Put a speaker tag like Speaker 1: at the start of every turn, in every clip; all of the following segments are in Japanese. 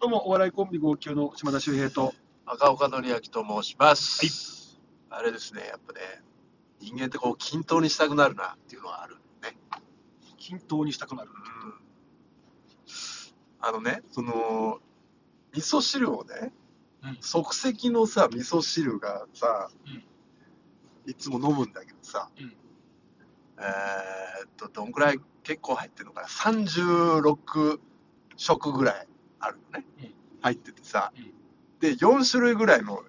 Speaker 1: どうも、お笑いコンビ号泣の島田秀平と、
Speaker 2: 赤岡典明と申します。あれですね、やっぱね、人間ってこう均等にしたくなるなっていうのはあるね。
Speaker 1: 均等にしたくなる。
Speaker 2: あのね、その、味噌汁をね、
Speaker 1: うん
Speaker 2: 即席のさ、味噌汁がさ、
Speaker 1: うん
Speaker 2: いつも飲むんだけどさ、
Speaker 1: うん
Speaker 2: えーっと、どんくらい結構入ってるのかな、36食ぐらいあるのね、
Speaker 1: うん
Speaker 2: 入っててさ、
Speaker 1: うん
Speaker 2: で、4種類ぐらいの、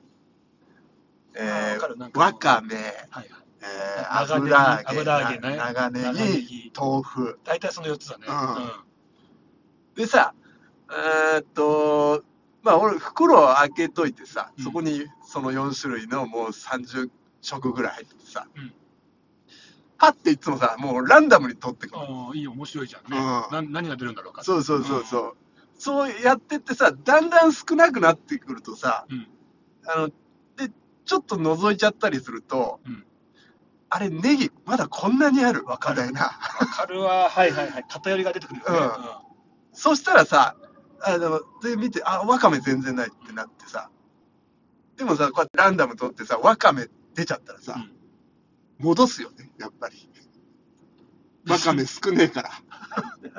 Speaker 2: え
Speaker 1: あー
Speaker 2: ー
Speaker 1: わかるなんか
Speaker 2: わかめ、
Speaker 1: はいはい。
Speaker 2: えー、
Speaker 1: 長ネギ
Speaker 2: 油揚げ
Speaker 1: 油揚げね
Speaker 2: な長ネギ
Speaker 1: 長ネギ
Speaker 2: 豆腐
Speaker 1: 大体その4つだね。
Speaker 2: うんでさえーっとまあ俺袋を開けといてさ
Speaker 1: うん
Speaker 2: そこにその4種類のもう30食ぐらい入っててさ、
Speaker 1: うん
Speaker 2: パッていつもさもうランダムに取ってくる、
Speaker 1: ああ、いいよ、面白いじゃんね。
Speaker 2: うん
Speaker 1: な何が出るんだろうか。
Speaker 2: そうそうそうそう、そうやってってさだんだん少なくなってくるとさ
Speaker 1: うん。
Speaker 2: あのでちょっと覗いちゃったりすると、
Speaker 1: うん
Speaker 2: あれネギまだこんなにあるみ
Speaker 1: わかる
Speaker 2: たいな
Speaker 1: わかるわ。はいはいはい。偏りが出てくるよね。
Speaker 2: うんそしたらさ、あの、で、見て、あ、ワカメ全然ないってなってさ、でもさ、こうやってランダム取ってさ、ワカメ出ちゃったらさ、
Speaker 1: うん
Speaker 2: 戻すよね、やっぱり。ワカメ少ねえから。
Speaker 1: うん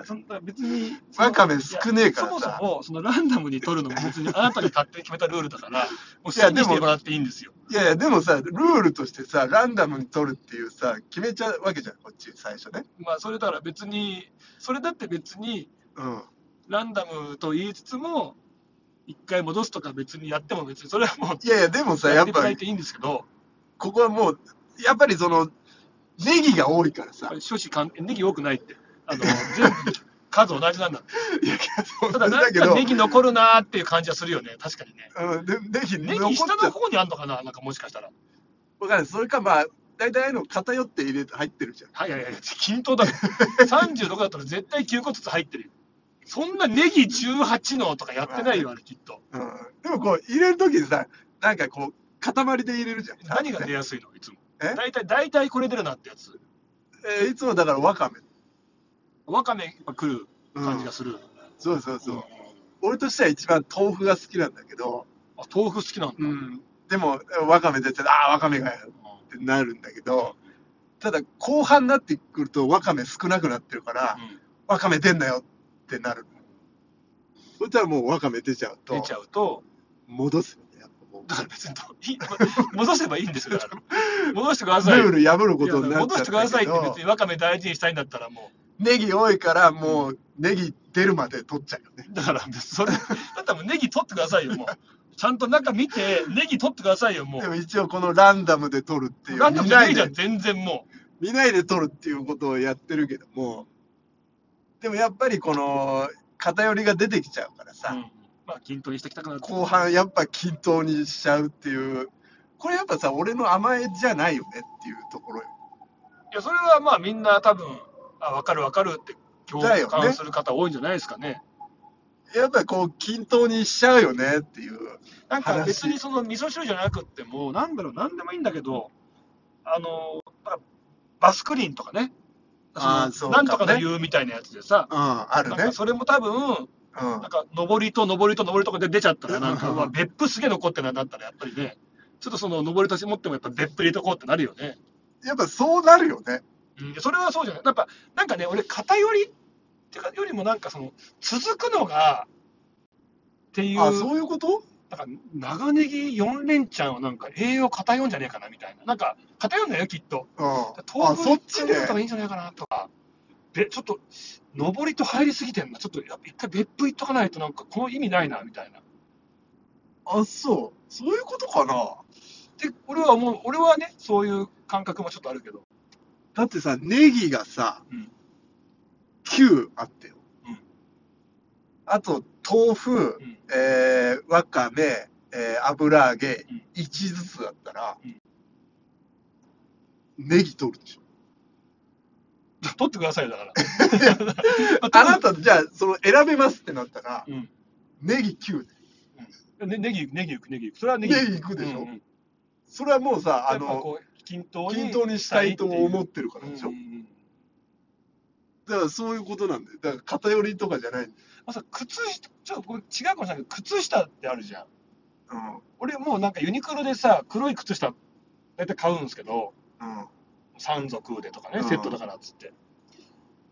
Speaker 1: そんな別に。
Speaker 2: ワカメ少ねえから
Speaker 1: いやそも
Speaker 2: さ
Speaker 1: そも、そのランダムに取るのも別にあなたに勝手に決めたルールだから、もう好き
Speaker 2: いや
Speaker 1: に
Speaker 2: でも
Speaker 1: してもらっていいんですよ。
Speaker 2: いやいや、でもさ、ルールとしてさ、ランダムに取るっていうさ、決めちゃうわけじゃん、こっち、最初ね。
Speaker 1: まあ、それだから別に、それだって別に、
Speaker 2: うん。
Speaker 1: ランダムと言いつつも、一回戻すとか別にやっても別に、それはもう、
Speaker 2: いやいや、でもさ、
Speaker 1: や
Speaker 2: や
Speaker 1: っ
Speaker 2: って
Speaker 1: いただ
Speaker 2: ぱ
Speaker 1: い
Speaker 2: り、
Speaker 1: ていいんですけど、
Speaker 2: ここはもう、やっぱりその、ネギが多いからさ。
Speaker 1: 少子関ネギ多くないって。あの、全部、数同じ なんだ。
Speaker 2: いや、
Speaker 1: ただ、な
Speaker 2: だ
Speaker 1: ん
Speaker 2: け
Speaker 1: か
Speaker 2: ど、
Speaker 1: ネギ残るなーっていう感じはするよね。確かにね。
Speaker 2: うん、でネギ
Speaker 1: ネ
Speaker 2: 残っ
Speaker 1: ギ
Speaker 2: ちゃ
Speaker 1: 下
Speaker 2: っ
Speaker 1: の方にあんのかななんかもしかしたら。
Speaker 2: わかんない。それか、まあ、大体ああいうの偏って入れて入ってるじゃん。
Speaker 1: はいはいはい。均等だよ。36だったら絶対9個ずつ入ってるよ。そんなネギ18のとかやってないよ、あれきっと。
Speaker 2: うん。でもこう、入れるときにさ、なんかこう、塊で入れるじゃん。
Speaker 1: 何が出やすいのいつも。
Speaker 2: え
Speaker 1: 大体、大体これ出るなってやつ。
Speaker 2: えーいつもだからわかめ。
Speaker 1: わかめやっぱ来る感じがする。
Speaker 2: そうそうそう。
Speaker 1: うん
Speaker 2: 俺としては一番豆腐が好きなんだけど、
Speaker 1: あ、豆腐好きなんだ。
Speaker 2: うん。でも、わかめ出て、ああ、わかめがやるってなるんだけど、ただ、後半になってくると、わかめ少なくなってるから、
Speaker 1: うん
Speaker 2: わかめ出んなよってなる。そしたらもうわかめ出ちゃうと、
Speaker 1: 出ちゃうと、
Speaker 2: 戻すよね、やっぱもう
Speaker 1: だから別にどいい 戻せばいいんですよ、だから戻してください。
Speaker 2: ルール破ることになっ
Speaker 1: 戻
Speaker 2: ち
Speaker 1: し
Speaker 2: ゃってた
Speaker 1: ください
Speaker 2: け
Speaker 1: って
Speaker 2: ど
Speaker 1: 別にワカメ大事にしたいんだったらも
Speaker 2: ネギ多いからもうネギ出るまで取っちゃうよね。
Speaker 1: うだから別にそれだったらもうネギ取ってくださいよもうちゃんと中見てネギ取ってくださいよも
Speaker 2: で
Speaker 1: う
Speaker 2: も一応このランダムで取るっていう
Speaker 1: なんだ
Speaker 2: 見
Speaker 1: もう
Speaker 2: な
Speaker 1: ネギ
Speaker 2: い
Speaker 1: じゃん
Speaker 2: で
Speaker 1: 全然も
Speaker 2: 見ないで取るっていうことをやってるけどもでもやっぱりこの偏りが出てきちゃうから
Speaker 1: う、う
Speaker 2: さ、
Speaker 1: んまあ筋トレしてきたくなる
Speaker 2: 後半やっぱ均等にしちゃうっていうこれやっぱさ俺の甘えじゃないよねっていうところよ。
Speaker 1: いやそれはまあみんな多分あ分かる分かるって共
Speaker 2: だよね
Speaker 1: 感する方多いんじゃないですかね
Speaker 2: やっぱこう均等にしちゃうよねっていう。
Speaker 1: なんか
Speaker 2: 話
Speaker 1: 別にその味噌汁じゃなくってもなんだろうなんでもいいんだけどあのあバスクリーンとかね
Speaker 2: あー
Speaker 1: その
Speaker 2: そ
Speaker 1: な
Speaker 2: うか
Speaker 1: ん
Speaker 2: も
Speaker 1: と
Speaker 2: ね
Speaker 1: かの言うみたいなやつでさ、
Speaker 2: うん、ある
Speaker 1: なん
Speaker 2: ね
Speaker 1: か。それも多分
Speaker 2: うん
Speaker 1: なんか、上りと上りと上りとかで出ちゃったら、なんか、
Speaker 2: うん
Speaker 1: うわ別府すげえ残ってなだったら、やっぱりね、ちょっとその上りとして持っても、やっぱ別府入れとこうってなるよね。
Speaker 2: やっぱそうなるよね。
Speaker 1: うん、それはそうじゃない。やっぱ、なんかね、俺、偏りってかよりも、なんかその、続くのが、っていう、
Speaker 2: あそういうこと
Speaker 1: なんか、長ネギ4連チャンはなんか、栄養偏んじゃねえかな、みたいな。なんか、偏んだよ、きっと。
Speaker 2: うん、あ
Speaker 1: 豆腐
Speaker 2: そっちね
Speaker 1: とかいいんじゃないかな、とか。で、ちょっと、上りと入りすぎてんな。ちょっと、やっぱ一回別府行っとかないと、なんか、この意味ないな、みたいな。
Speaker 2: あそうそういうことかな
Speaker 1: で俺はもう俺はねそういう感覚もちょっとあるけど
Speaker 2: だってさネギがさ、
Speaker 1: うん
Speaker 2: 9あったよ、
Speaker 1: うん
Speaker 2: あと豆腐、
Speaker 1: うん
Speaker 2: えーわかめ、えー油揚げ、
Speaker 1: うん
Speaker 2: 1ずつだったら、
Speaker 1: うん
Speaker 2: ネギ取るでしょ
Speaker 1: 取ってくださいよだから
Speaker 2: あなたじゃあその選べますってなったら、
Speaker 1: うん
Speaker 2: ネギ9
Speaker 1: ねネギネギいくネギいくそれはネ
Speaker 2: ネ
Speaker 1: ギ
Speaker 2: ギ
Speaker 1: いく
Speaker 2: いくでしょ、
Speaker 1: うんうん
Speaker 2: それはもうさあ
Speaker 1: やっぱ
Speaker 2: の
Speaker 1: こう均等に
Speaker 2: 均等にしたいと思
Speaker 1: っ
Speaker 2: ってるか
Speaker 1: た
Speaker 2: らでしょ、
Speaker 1: うんうんうん
Speaker 2: だからそういうことなんだよだから偏りとかじゃないんだよ
Speaker 1: まあ、さ靴ちょっとこれ違うかもしれないけど、靴下ってあるじゃん。
Speaker 2: うん。
Speaker 1: 俺もうなんかユニクロでさ、黒い靴下、大体買うんですけど、
Speaker 2: うん。
Speaker 1: 山賊でとかね、
Speaker 2: うん
Speaker 1: セットだからっつって。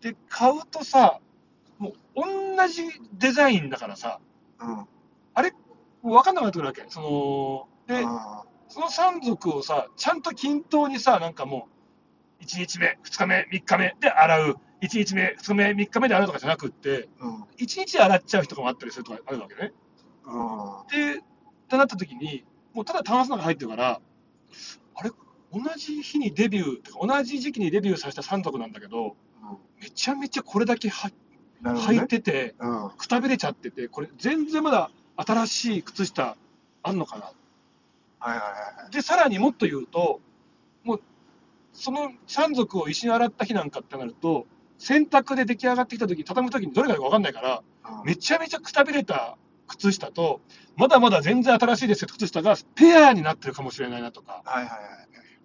Speaker 1: で、買うとさ、もう同じデザインだからさ、
Speaker 2: うん。
Speaker 1: もう分かんなくなってくるわけ。その、で、
Speaker 2: あ
Speaker 1: その山賊をさ、ちゃんと均等にさ、なんかもう、1日目、2日目、3日目で洗う、1日目、2日目、3日目で洗うとかじゃなくって、
Speaker 2: ーうん。
Speaker 1: 1日で洗っちゃう人もあったりするとかあるわけね。
Speaker 2: う
Speaker 1: で、
Speaker 2: ん。
Speaker 1: ってなった時に、もうただタンスの中入ってるから、あれ、同じ日にデビュー、てか同じ時期にデビューさせた山賊なんだけど、めちゃめちゃこれだけは
Speaker 2: なるほど
Speaker 1: 履い
Speaker 2: ね。
Speaker 1: てて、
Speaker 2: うん。
Speaker 1: くたびれちゃってて、これ、全然まだ新しい靴下あんのかな
Speaker 2: はいはい
Speaker 1: で、さらにもっと言うと、もう、その山賊を石に洗った日なんかってなると、洗濯で出来上がってきた時に、畳む時にどれがいいか分かんないから、
Speaker 2: はい。うん
Speaker 1: めちゃめちゃくたびれた靴下と、まだまだ全然新しいですよって靴下がペアになってるかもしれないなとか、
Speaker 2: はいはいはい。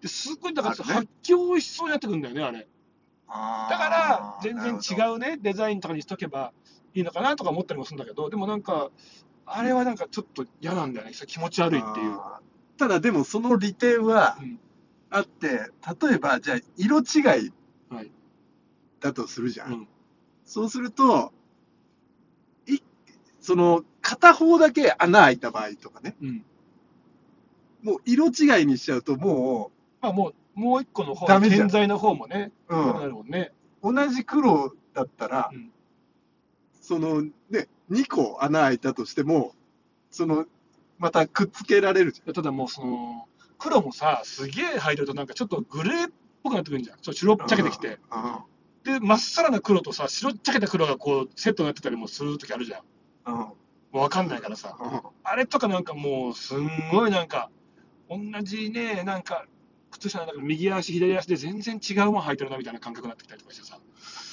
Speaker 1: ですっごいだから
Speaker 2: あるね
Speaker 1: 発狂しそうになってくるんだよね、あれ。
Speaker 2: あー
Speaker 1: だから、全然
Speaker 2: なる
Speaker 1: 違うね、デザインとかにしとけばいいのかなとか思ったりもするんだけど、でもなんか、あれはなんかちょっと嫌なんだよね、気持ち悪いっ
Speaker 2: ほど
Speaker 1: ていう。
Speaker 2: あーただでもその利点は
Speaker 1: うん
Speaker 2: あって、例えばじゃあ色違い
Speaker 1: はい
Speaker 2: だとするじゃん。
Speaker 1: うん
Speaker 2: そうすると、いその片方だけ穴開いた場合とかね、
Speaker 1: うん
Speaker 2: もう色違いにしちゃうとも
Speaker 1: まあもう、もう一個の方、
Speaker 2: ダメじゃん
Speaker 1: 建材の方もね、
Speaker 2: う、
Speaker 1: なく
Speaker 2: う
Speaker 1: なるもんね。
Speaker 2: ん、同じ黒だったら、
Speaker 1: うん
Speaker 2: そのね、2個穴開いたとしても、その、またくっつけられるじ
Speaker 1: ただもうその、黒もさ、すげえ履いてるとなんかちょっとグレーっぽくなってくるんじゃん。ちょっと白っ
Speaker 2: ゃん。
Speaker 1: ちゃけてきて。
Speaker 2: うん。う
Speaker 1: で、
Speaker 2: ん
Speaker 1: まっさらな黒とさ、白っちゃけた黒がこう、セットになってたりもするときあるじゃん。
Speaker 2: うん。
Speaker 1: もうわかんないからさ。あれとかなんかもう、すんごいなんか、同じね、なんか、靴下の中で右足、左足で全然違うもん履いてるなみたいな感覚になってきたりとかしてさ。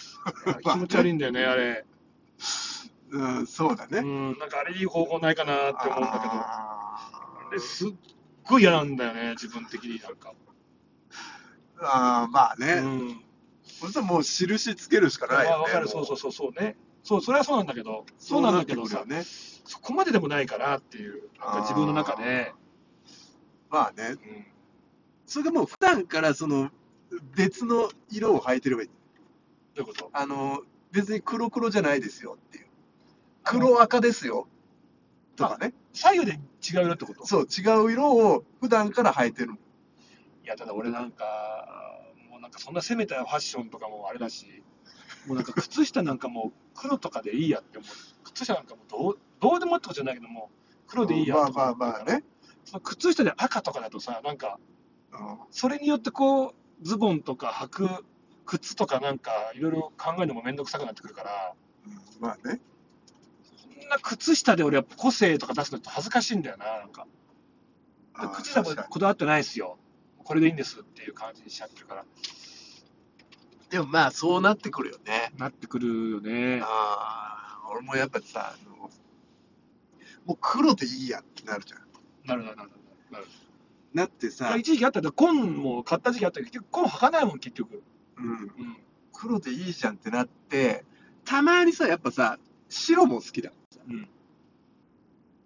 Speaker 1: 気持ち悪いんだよね、あれ。
Speaker 2: うん、そうだ
Speaker 1: う
Speaker 2: ね。
Speaker 1: ん、なんかあれいい方法ないかなって思うんだけど。
Speaker 2: あ
Speaker 1: あれすっごい嫌なんだよね、自分的になんか。
Speaker 2: ーあー、まあ
Speaker 1: う
Speaker 2: ね。
Speaker 1: ん。
Speaker 2: そしたらもう印つけるしかないよ
Speaker 1: まあ
Speaker 2: ね。
Speaker 1: わかる、
Speaker 2: も
Speaker 1: そうそうそうそうね。そう、それはそうなんだけど、そ
Speaker 2: そうう
Speaker 1: なん
Speaker 2: な
Speaker 1: だ
Speaker 2: っ
Speaker 1: け
Speaker 2: て
Speaker 1: ど
Speaker 2: くる
Speaker 1: さ
Speaker 2: よ、ね。
Speaker 1: そこまででもないかなっていう、なんか自分の中で、
Speaker 2: まあね。
Speaker 1: うん
Speaker 2: それがもう普段からその別の色を履いてればいい。
Speaker 1: どういうこと
Speaker 2: あの、別に黒黒じゃないですよっていう。黒赤ですよ。とかね。
Speaker 1: 左右で違うよってこと
Speaker 2: そう、違う色を普段から履いてる。
Speaker 1: いや、ただ俺なんか、もうなんかそんな攻めたファッションとかもあれだし、もうなんか靴下なんかもう黒とかでいいやって思う。靴下なんかもうどうどうでもってことじゃないけども、黒でいいや
Speaker 2: まあ
Speaker 1: と
Speaker 2: ま
Speaker 1: か
Speaker 2: あまあね。
Speaker 1: その靴下で赤とかだとさ、なんか、
Speaker 2: うん
Speaker 1: それによってこう、ズボンとか履く靴とかなんか、いろいろ考えるのもめんどくさくなってくるから、
Speaker 2: うんまあね。
Speaker 1: こんな靴下で俺やっぱ個性とか出すのって恥ずかしいんだよな、なんか。で
Speaker 2: あー
Speaker 1: 靴下も
Speaker 2: 確かに
Speaker 1: こだわってないですよ。これでいいんですっていう感じにしちゃってるから。
Speaker 2: でもまあそうなってくるよね。
Speaker 1: なってくるよね。
Speaker 2: ああ、俺もやっぱさ、あの、もう黒でいいやってなるじゃん。
Speaker 1: なるなるなるなる。
Speaker 2: なって
Speaker 1: まあ
Speaker 2: さ、
Speaker 1: 一時期あったけど、紺も買った時期あったけど、結局紺履かないもん、結局。
Speaker 2: うん、
Speaker 1: うん。
Speaker 2: 黒でいいじゃんってなって、たまにさ、やっぱさ、白も好きだからさ、
Speaker 1: うん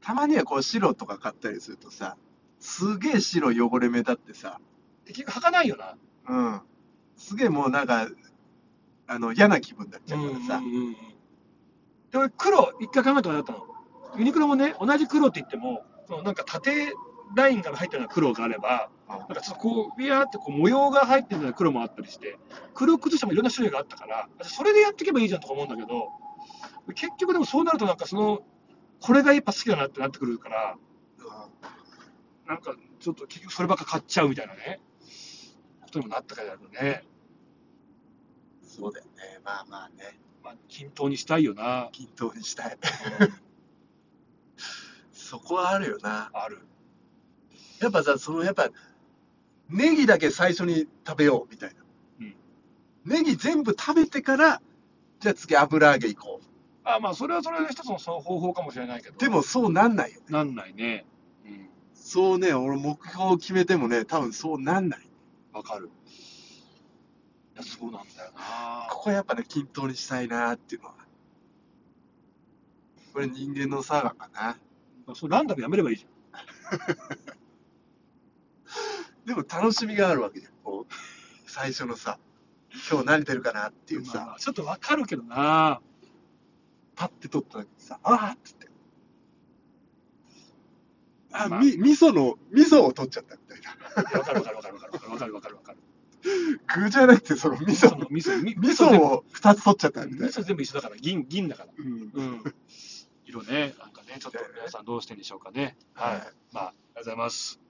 Speaker 2: たまにはこう白とか買ったりするとさ、すげえ白汚れ目立ってさ、
Speaker 1: 結局履かないよな。
Speaker 2: うん、すげえもうなんか、あの、嫌な気分になっちゃうからさ、
Speaker 1: うんうんうんで、俺黒、一回考えたことあったの。ユニクロもね、同じ黒って言っても、そのなんか縦ラインが入ったような黒があれば、
Speaker 2: うん
Speaker 1: なんかちょっとこう、ビヤーってこう模様が入ってるような黒もあったりして、黒靴下もいろんな種類があったから、それでやっていけばいいじゃんとか思うんだけど、結局でもそうなるとなんかその、これがやっぱ好きだなってなってくるから、なんかちょっと結局そればっか買っちゃうみたいなね、ことにもなったからだけどね。
Speaker 2: うんそうだよね、まあまあね、
Speaker 1: まあ、均等にしたいよな。
Speaker 2: 均等に したい。そこはあるよな。
Speaker 1: ある。
Speaker 2: やっぱさ、そのやっぱ、ネギだけ最初に食べようみたいな。
Speaker 1: うん
Speaker 2: ネギ全部食べてから、じゃあ次油揚げ行こ
Speaker 1: あまあ、それはそれで一つのその方法かもしれないけど。
Speaker 2: う。で、もそうなんないよ。
Speaker 1: なんないね。うん。
Speaker 2: そうね、俺目標を決めてもね、多分そうなんない。
Speaker 1: わかる。いや、そうなんだよな。
Speaker 2: ここやっぱね、均等にしたいなっていうのは。これ人間の差かな。
Speaker 1: まあ、そのランダムやめればいいじゃん。
Speaker 2: でも楽しみがあるわけじゃん。こう、最初のさ、今日何出るかなっていう
Speaker 1: まあま
Speaker 2: さ、
Speaker 1: あちょっとわかるけどな。
Speaker 2: パッて取っただけでさ、あーっつって。あ、
Speaker 1: まあ
Speaker 2: み、味噌の、味噌を取っちゃったみたいな。
Speaker 1: いやわかるわかるわかるわかるわかるわかるわかる。
Speaker 2: 具じゃなくて、その味
Speaker 1: そ
Speaker 2: 噌の、
Speaker 1: の味噌、み味
Speaker 2: 味
Speaker 1: 噌
Speaker 2: 噌
Speaker 1: 全部
Speaker 2: を2つ取っちゃったみ
Speaker 1: 味
Speaker 2: たいな。
Speaker 1: 噌全部一緒だから、銀、銀だから。
Speaker 2: うん。
Speaker 1: うん。色ね、なんかね、ちょっと皆さんどうしてんでしょうかね。
Speaker 2: はい。
Speaker 1: まあ、ありがとうございます。